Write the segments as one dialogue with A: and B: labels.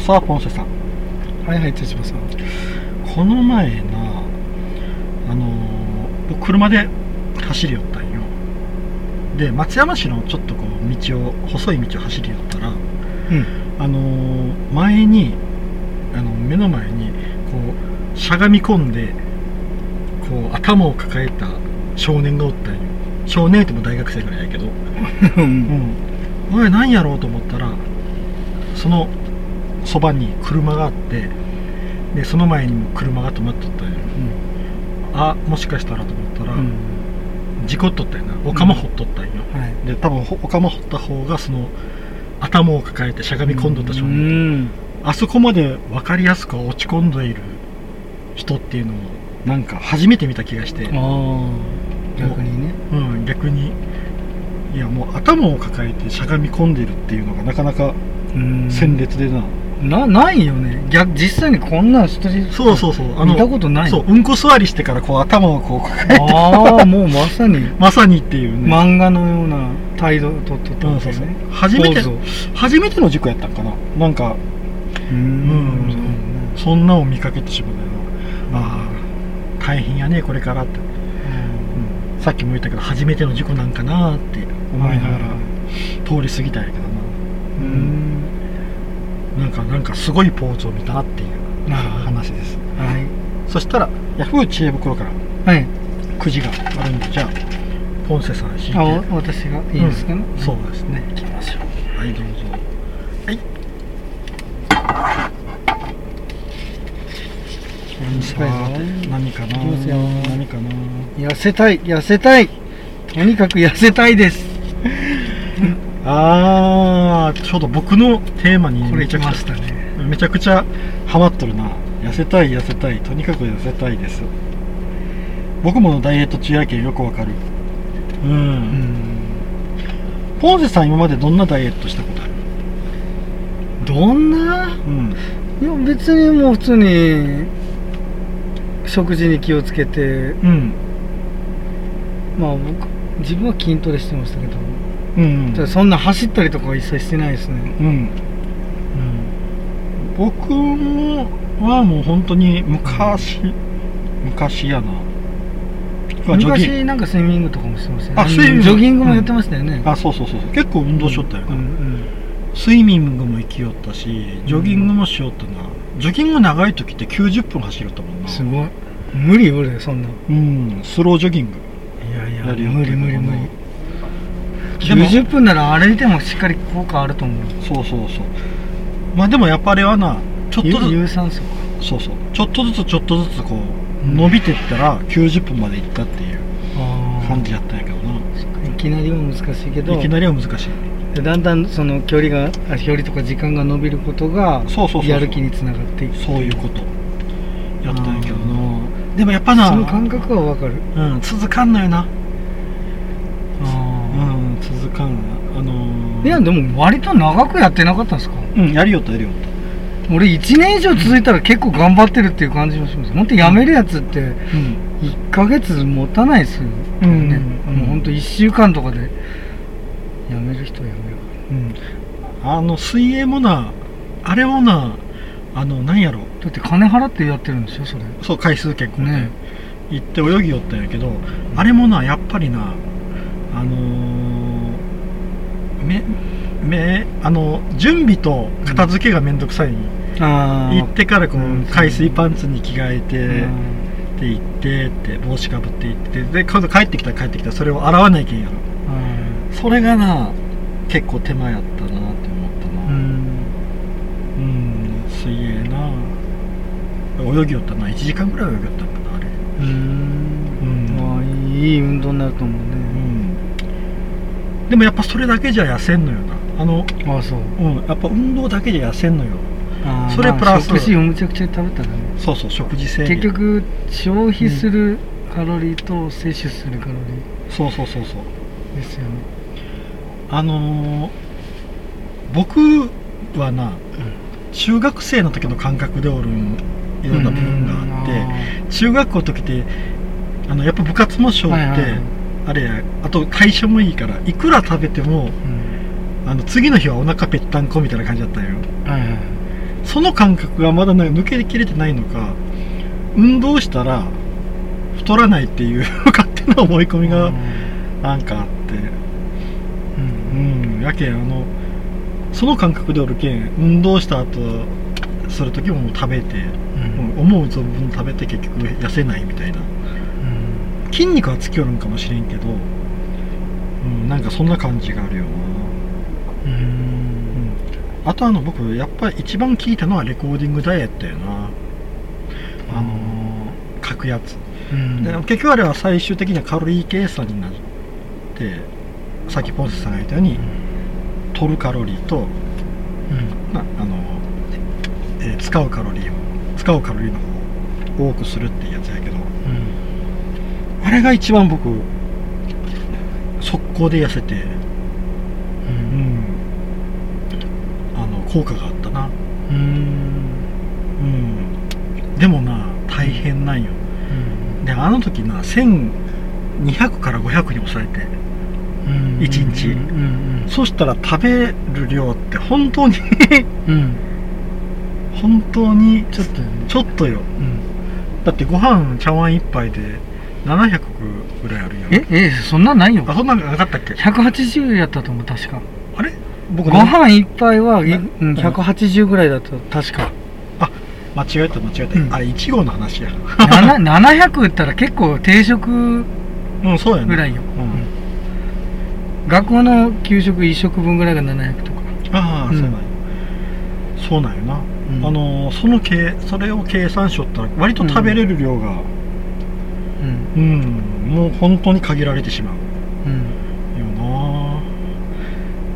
A: さあポンセさん
B: はいはい手島さん
A: この前なあのー僕車で走り寄ったんよで松山市のちょっとこう道を細い道を走り寄ったら
B: うん
A: あのー前にあの目の前にこうしゃがみ込んでこう頭を抱えた少年がおったんよ少年っても大学生ぐらいやけどうん、おい何やろうと思ったらそのそばに車があってでその前にも車が止まっとったんよあもしかしたらと思ったら、
B: うん
A: 事故っとったんやなおかまほっとったんよ、
B: はい
A: で多分ほおかまほった方がその頭を抱えてしゃがみ込んどった少
B: う
A: 年、
B: ん
A: あそこまで分かりやすく落ち込んでいる人っていうのをなんか初めて見た気がして、
B: ああ逆にね
A: うん、逆にいやもう頭を抱えてしゃがみ込んでるっていうのがなかなか
B: うん
A: 鮮烈でな、
B: なないよね逆実際にこんなんしてる
A: そうそうそう
B: 見たことない
A: そううんこ座りしてからこう頭をこう抱え
B: ああもうまさに
A: まさにっていうね、
B: 漫画のような態度をとってた
A: うんん
B: です
A: そう
B: よ
A: そう
B: ね
A: 初めて
B: ポーズを
A: 初めての事故やったんかななんか
B: う
A: うん
B: ん
A: そんなを見かけてしまうよああ大変やねこれからって、さっきも言ったけど初めての事故なんかなって思いながら通り過ぎたんやけど
B: うん
A: ななんかなんかすごいポーズを見たっていう
B: なるほど
A: 話です
B: はい
A: そしたらヤフー知恵袋から
B: はい
A: くじがあるんでじゃあポンセさん引いて
B: あお私がいいですかね
A: うんそうですねいきますよはいどうぞはい
B: さあ
A: 何かない
B: きますよ
A: 何かな
B: 痩せたい痩せたいとにかく痩せたいです
A: あーちょうど僕のテーマに
B: これ
A: めち
B: 来
A: ゃく
B: ま
A: ち
B: したね
A: ゃめちゃくちゃハマっとるな痩せたい痩せたいとにかく痩せたいです僕もダイエット中やけんよくわかるう、
B: うんん
A: ポンセさん今までどんなダイエットしたことある
B: どん
A: う
B: な
A: ん
B: いや別にもう普通に食事に気をつけて
A: うん
B: まあ僕自分は筋トレしてましたけど、
A: うん
B: ただそんな走ったりとかは一切してないですね
A: うん、僕もはもう本当に昔、昔やなまあジョギン
B: 昔なんかスイミングとかもしてましたよね
A: あスイミング
B: ジョギングもやってましたよね、
A: あそうそうそうそう結構運動しよったよな、
B: うんうん
A: スイミングも行きよったしジョギングもしよったな、ジョギング長い時って90分走るったもんな
B: すごい無理俺そんな
A: うんスロージョギング
B: いやいや
A: やるよ
B: 無理無理無理
A: でも
B: 90分なら歩いてもしっかり効果あると思う
A: そうそうそうまあでもやっぱりはなちょっとず
B: 有
A: つ
B: 有酸素か
A: そうそうちょっとずつちょっとずつこう伸びてったら90分まで行ったっていう感じやったんやけどな、
B: いきなりは難しいけど
A: いきなりは難しい
B: だんだんその距離があ距離とか時間が伸びることが
A: そうそうそうそう
B: やる気につながっていく
A: そういうことやったんやけど
B: あ
A: なでもやっぱな
B: その感覚はわかる
A: うん、続かんのよなう
B: あ
A: ん続かんなあのー
B: いやでも割と長くやってなかったんですか
A: うんやりよったやりよっ
B: 俺1年以上続いたら結構頑張ってるっていう感じもします本当やめるやつって
A: たうん
B: 1ヶ月持たないですよね、
A: うん
B: もう本当1週間とかでやめる人はやめるか
A: うんあの水泳もなあれもなあのなんやろ
B: らだって金払ってやってるんでしょそれ
A: そう回数結構ね
B: ね
A: 行って泳ぎよったんやけどあれもなやっぱりなあのー、めめあの準備と片付けがめんどくさい、
B: あ
A: 行ってからこう、
B: うん
A: 海水パンツに着替えて、って行ってって帽子かぶって行ってで今度帰ってきたら帰ってきたらそれを洗わないけんやろそれがな結構手間やったなって思った
B: う
A: なうん
B: ん
A: ん水泳な泳ぎよったな1時間ぐらい泳ぎよったんかなあれ
B: うんまあいい運動になると思う
A: う
B: ね、
A: んでもやっぱそれだけじゃ痩せんのよなあの
B: ああそう
A: うんやっぱ運動だけじゃ痩せんのよ
B: あー
A: それプラス
B: まあ食事をむちゃくちゃ食べたらね
A: そうそう食事制限
B: 結局消費するカロリーと摂取するカロリ
A: そうそうそうそう
B: ーですよね、
A: あのー僕はな、中学生の時の感覚でおるんいろんな部分があって、中学校の時ってあのやっぱ部活もしょって、
B: はいはいはい
A: あれやあと代謝もいいからいくら食べても
B: うん
A: あの次の日はお腹ぺったんこみたいな感じだったんよ
B: はいはい
A: その感覚がまだなんか抜けきれてないのか運動したら太らないっていう 勝手な思い込みがなんかあってうん、うん、やけんあのその感覚でおるけん運動した後する時ももう食べて、もう思う存分食べて結局痩せないみたいな筋肉はつきおるんかもしれんけど、うん、なんかそんな感じがあるよな、うん、あとあの僕やっぱり一番聞いたのはレコーディングダイエットやなあのー、書くやつで結局あれは最終的にはカロリー計算になってさっきポンセさんが言ったように、取るカロリーと、まああのえー使うカロリーを使うカロリーの方を多くするっていうやつやけどあれが一番僕速攻で痩せて、うん、あの効果があったな、うん、でもな大変なんよであの時な1200から500に抑えて一日そしたら食べる量って本当に 本当に
B: ちょっとね
A: ちょっとよだってご飯茶碗一杯で700ぐらいあるやん
B: ええそんなないよ
A: あそんなんなかったっけ
B: 180やったと思う確か
A: あれ僕
B: ご
A: ね
B: 飯一杯はいうん180ぐらいだと確か
A: 間違えた間違えた、
B: うん
A: あれ1号の話や
B: なな700いったら結構定食
A: うんそうやね
B: ぐらいよ
A: うん
B: 学校の給食1食分ぐらいが700とか
A: ああ、
B: うん
A: そうなんやそうなんよな、
B: うん
A: あのーその計それを計算しよったら割と食べれる量が
B: うん
A: うん、もう本当に限られてしまう
B: うん
A: よ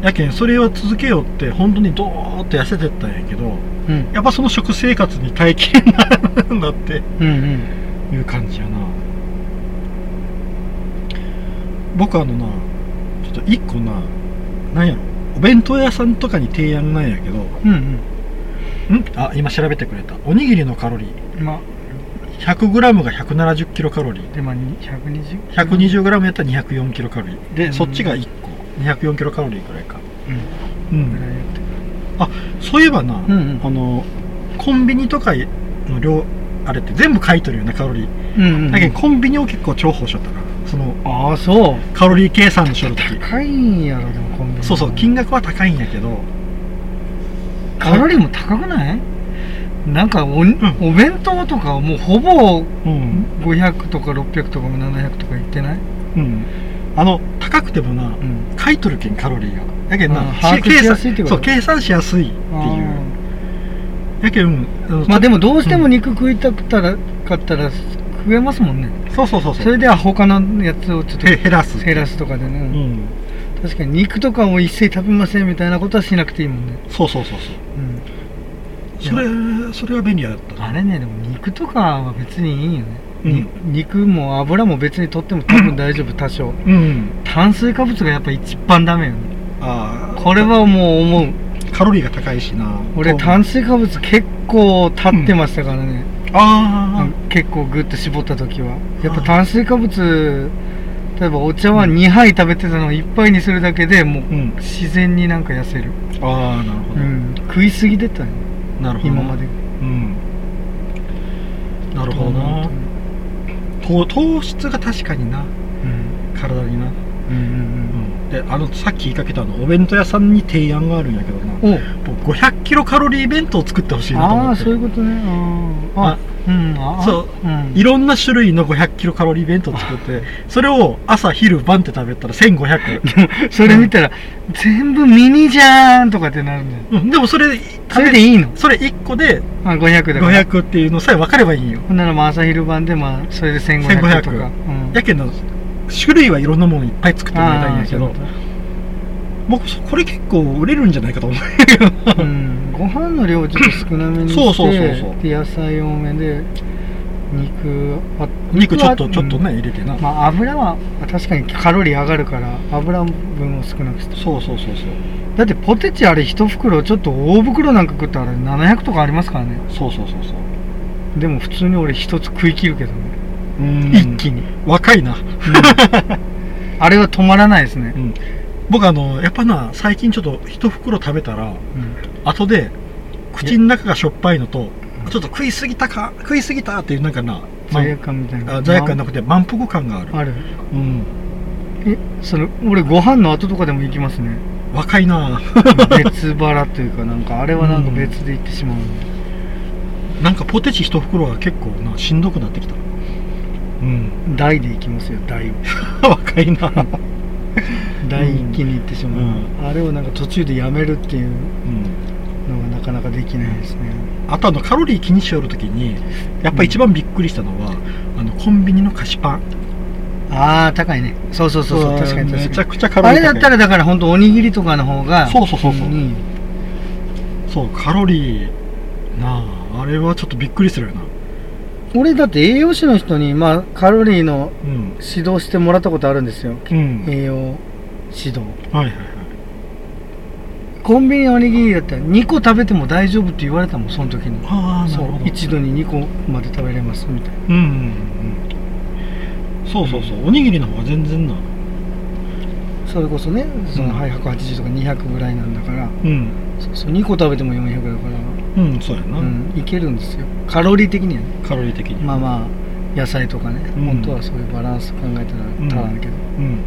A: なやけんそれを続けようって本当にどーっと痩せてったんやけど
B: うん
A: やっぱその食生活に耐えきれないんだって
B: うん
A: いう感じやな僕あのなちょっと一個ななんやろお弁当屋さんとかに提案なんやけどん
B: うんうん
A: あ今調べてくれたおにぎりのカロリー
B: うんまあ
A: 100g が170キロカロリー
B: でまあに 120?
A: 120g やったら204キロカロリーで、
B: うん
A: そっちが1個204キロカロリーくらいか
B: うん
A: う
B: ぐらいやって
A: そういえばな、
B: うんうん
A: あのコンビニとかの量あれって全部書いとるよねカロリー、
B: うんうん
A: だけどコンビニを結構重宝しとったなその
B: ああそう
A: カロリー計算しとる時
B: 高いんやろでもコンビニ
A: そうそう金額は高いんやけど
B: カロリーも高くないなんかお,、お弁当とかはもうほぼ
A: うん、
B: 500とか600とか700とかいってない
A: うん、あの高くてもな
B: うん
A: 書いとるけんカロリーがやけどな
B: あー把握しやすいってこと
A: そう計算しやすいってい
B: あ
A: うやけど、うんあの
B: ーまあでもどうしても肉食いたくたらかったら食えますもんね
A: そうそうそう
B: そ
A: そう
B: れでは他のやつをちょっと
A: へ減らす
B: 減らすとかでね、
A: うん
B: 確かに肉とかも一切食べませんみたいなことはしなくていいもんね、
A: そうそうそう
B: うん、
A: そうそれそれは便利やったな
B: あれねでも肉とかは別にいいよね、
A: うん
B: に肉も油も別に取っても多分大丈夫多
A: う
B: 少
A: ん
B: 炭水化物がやっぱ一番ダメよね
A: ああ
B: これはもう思う
A: カロリーが高いしな
B: 俺炭水化物結構立ってましたからね、
A: ああ、
B: うん結構グッと絞った時はやっぱ炭水化物例えばお茶碗2杯食べてたのを1杯にするだけでもう
A: うん
B: 自然になんか痩せる、
A: ああなるほ
B: う
A: ど、
B: ん、食いすぎてたよ
A: なるほど
B: 今まで
A: うんなるほどな糖糖質が確かにな
B: うん
A: 体にな、
B: うんうん
A: であのさっき言いかけたあのお弁当屋さんに提案があるんやけどな
B: うんお
A: 僕500キロカロリー弁当を作ってほしいなと
B: あ
A: 思
B: あ
A: って
B: そういうことねあーあうんあ
A: そう
B: うん
A: いろんな種類の500キロカロリー弁当を作ってそれを朝昼晩って食べたら1500、
B: それ見たら全部ミニじゃーんとかってなるんだよ
A: うん、でもそれ
B: それでいいの
A: それ1個で
B: あ500だから
A: 500っていうのさえ分かればいいんよ
B: ほんならまあ朝昼晩でまあそれで1500とか
A: 1500
B: うん
A: やけど種類はいろんなものいっぱい作ってもらいたいんやけ
B: あ
A: ど
B: ーそういうこ
A: 僕そこれ結構売れるんじゃないかと思う
B: とうんご飯の量をちょっと少なめにして
A: そうそうそうそう
B: で野菜多めで肉あ
A: 肉ちょっと
B: うん
A: ちょっとね入れてな、
B: まあ油は確かにカロリー上がるから油分を少なくして
A: そうそうそうそう
B: だってポテチあれ一袋ちょっと大袋なんか食ったら700とかありますからね
A: そうそうそうそう
B: でも普通に俺一つ食い切るけどね
A: 一
B: 一
A: 気
B: 気
A: に
B: に
A: 若いな、
B: あれは止まらないですね
A: う、ん、僕あのやっぱな最近ちょっと一袋食べたら
B: うん
A: 後で口の中がしょっぱいのとちょっと食いすぎたか食いすぎたっていうなんかな、ま
B: 罪悪感みたいな
A: あ、罪悪感なくて満腹感がある、
B: ある
A: うん、
B: えそれ俺ご飯の後とかでも行きます ね
A: 若いな
B: 別腹というかなんかあれはなんか別で行ってしまう、
A: なんかポテチ一袋が結構なしんどくなってきたうん
B: 大で行きますよ大を
A: 若いな
B: 大一気に行ってしまう、あれをなんか途中でやめるっていう
A: うん
B: のがなかなかできないですね
A: あとあのカロリー気にしよる時にやっぱ一番びっくりしたのは、あのコンビニの菓子パン
B: ああ高いねそうそうそうそう確かに
A: め
B: 確
A: ち
B: か
A: ゃ
B: に
A: くちゃカロ
B: あ
A: リー
B: れ
A: 高い
B: だったらだから本当おにぎりとかの方が
A: そうそうそうそう
B: いい
A: そうカロリーなああれはちょっとびっくりするよな
B: 俺だって栄養士の人に、まあ、カロリーの
A: うん
B: 指導してもらったことあるんですよ
A: うんはい
B: 栄養指導
A: はいはい
B: コンビニのおにぎりだったら2個食べても大丈夫って言われたもんその時に
A: ああな
B: そ
A: る
B: う
A: ほど
B: 一度に2個まで食べれますみたいな
A: うんうんうんそうそうそうおにぎりの方が全然な
B: それこそねそ
A: う
B: の、
A: ん
B: はい180とか200ぐらいなんだから
A: うん
B: そうそう2個食べても400だから、
A: うんそうやな、
B: うん、いけるんですよカロリー的にはね
A: カロリー的に
B: まあまあ野菜とかね、
A: うん
B: 本当はそういうバランス考えたら
A: ん
B: 足らんけど、
A: うん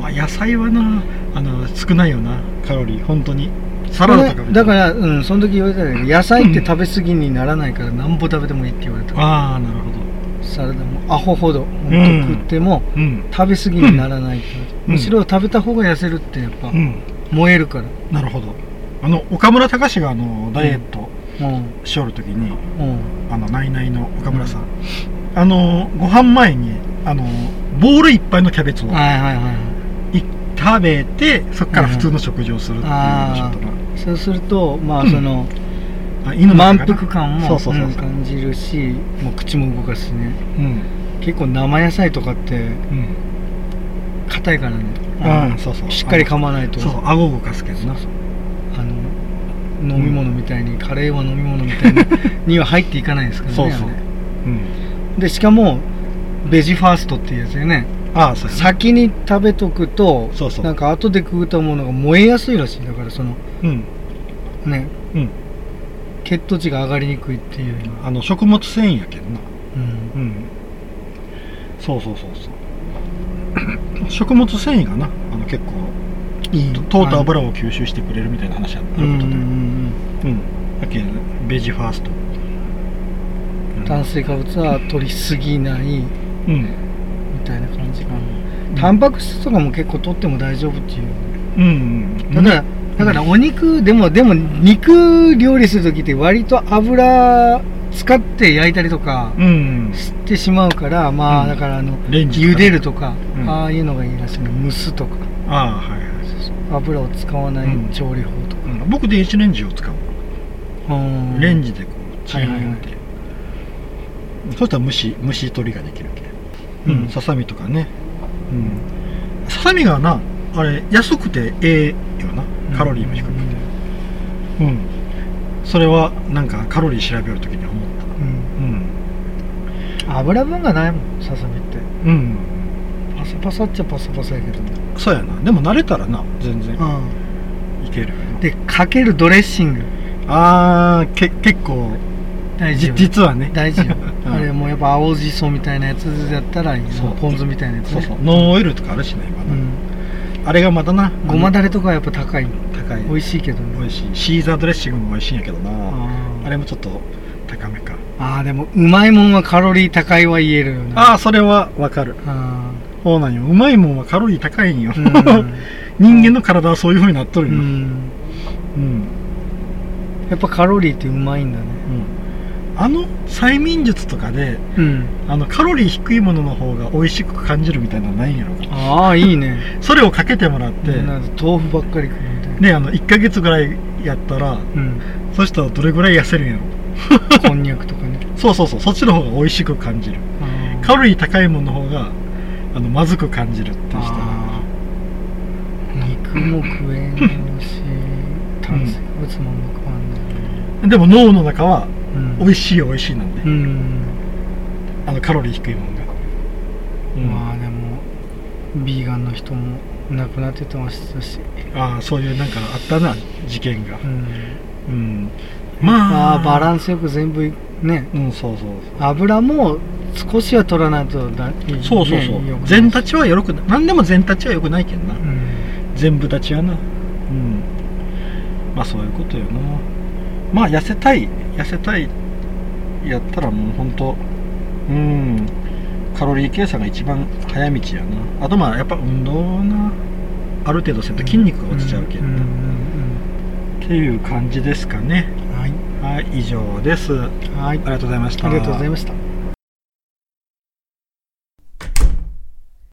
A: まあ野菜はなあの少ないよなカロリー本当にサラダとか
B: だから、うん、その時言われたけど野菜って食べ過ぎにならないから何ぼ食べてもいいって言われた、
A: ああなるほど
B: サラダもアホほど本
A: うん
B: 当食っても
A: うん
B: 食べ過ぎにならないって言われた、
A: うん
B: むしろ食べた方が痩せるってやっぱ、
A: うん
B: 燃えるから
A: なるほどあの岡村隆史があのダイエット
B: うん
A: しよる時に、
B: うん
A: あのナイナイの岡村さん、あのご飯前にあのボールいっぱいのキャベツを
B: はいはいはい
A: 食べてそこから普通の食事をするっていう場所だったな、
B: そうするとまあ
A: うん
B: その、
A: あ犬の
B: 満
A: 中かな
B: 腹感も
A: そうそうそう
B: うん
A: そう
B: 感じるしもう口も動かすしね
A: うん
B: 結構生野菜とかって
A: うん
B: 硬いからね
A: あ
B: あの
A: そうそう
B: しっかり噛まないと
A: そうそう顎を動かすけどな
B: あの飲み物みたいに、カレーは飲み物み たいにには入っていかないですからね
A: そうそう
B: あれ
A: うん
B: でしかもベジファーストっていうやつよね
A: ああそうやな
B: 先に食べとくと
A: そうそう
B: なんか後で食うたものが燃えやすいらしいだからその
A: うん
B: ね
A: うん
B: 血糖値が上がりにくいっていうよ
A: あの食物繊維やけどな
B: うなうん
A: うんそうそうそうそう 食物繊維がなあの結構
B: いい
A: 糖と油を吸収してくれるみたいな話やった
B: う
A: よ
B: んうんう
A: とで
B: ん
A: うんだけどねベジファースト
B: うん炭水化物は取りすぎないみ
A: うん
B: たいな感じかな、タンパク質とかも結構取っても大丈夫っていう
A: うん
B: ただだからお肉でもでも肉料理する時って割と油使って焼いたりとか
A: うん
B: してしまうからま
A: う
B: あ
A: ん
B: だからあの
A: レンジとかね
B: 茹でるとか、
A: うん
B: ああいうのがいいらしいね蒸すとか
A: ああはいはい
B: 油を使わな
A: うん
B: い調理法とか、
A: うん僕電子レンジを使う
B: うん
A: レンジでこうチンって、
B: はいはいはい
A: そうしたら蒸し蒸し取りができるけ
B: う
A: うんんささみとかねうんささみがなあれ安くてええよなカロリーも低くてうん、それはなんかカロリー調べるときに思った
B: うん
A: うん
B: 油分がないもんささみって
A: うん
B: パサパサっちゃパサパサやけど、
A: そうやなでも慣れたらな全然
B: う
A: いけるよ
B: ん、でかけるドレッシング
A: なあーけ結構
B: 大事
A: じ
B: よ
A: 実はね
B: 大事よ
A: うん
B: あれもうやっぱ青じそみたいなやつだったらいいな
A: そう
B: ポン酢みたいなやつ
A: そ
B: ね
A: うそうノンオイルとかあるしね今
B: う
A: な、
B: ん、
A: あれがまたな
B: ごまだれとかはやっぱ高い
A: 高い
B: 美味しいけどね
A: 美味しいシーザードレッシングも美味しいんやけどな
B: あ
A: あれもちょっと高めか
B: あーでもうまいもんはカロリー高いは言えるよね
A: ああそれはわかる
B: あ
A: そうなんようまいもんはカロリー高いんよ、
B: ー
A: 人間の体はそういう風になっと
B: う
A: る
B: ん、
A: よ、
B: うん、
A: うん
B: やっぱカロリーってうまいんだね
A: うんあの催眠術とかで
B: うん
A: あのカロリー低いものの方が美味しく感じるみたいなのないんやろか
B: ああいいね
A: それをかけてもらって、
B: なんか豆腐ばっかり食うみたいな、
A: ねあの1ヶ月ぐらいやったら
B: うん、
A: そしたらどれぐらい痩せるんやろ
B: こんにゃくとか ね
A: そうそうそうそっちの方が美味しく感じるカロリー高いものの方があのまずく感じるっていう人
B: あー肉も食えんし炭水化物もあんま食わんだよね
A: でも脳の中は
B: うん
A: 美味しい美味しいなんで、
B: うん、
A: あのカロリー低いもんが、
B: まあでもビーガンの人も亡くなってましたし、
A: ああそういうなんかあったな事件が
B: うん、
A: うんまあ
B: あーバランスよく全部ね
A: うんそうそう
B: 油も少しは取らないとだ
A: そうそうそうそう、
B: ね良くない
A: 全立ちはよろくない何でも全立ちはよくないけんな、
B: うん
A: 全部立ちやなうんまあそういうことよなまあ痩せたい痩せたいやったらもうほんとうんカロリー計算が一番早道やなあとまあやっぱ運動なある程度せんと筋肉が落ちちゃうけど
B: ん
A: な、っていう感じですかね
B: うんうんは
A: は
B: い
A: い以上ですあ
B: はい
A: りがとうございました
B: ありがとうございました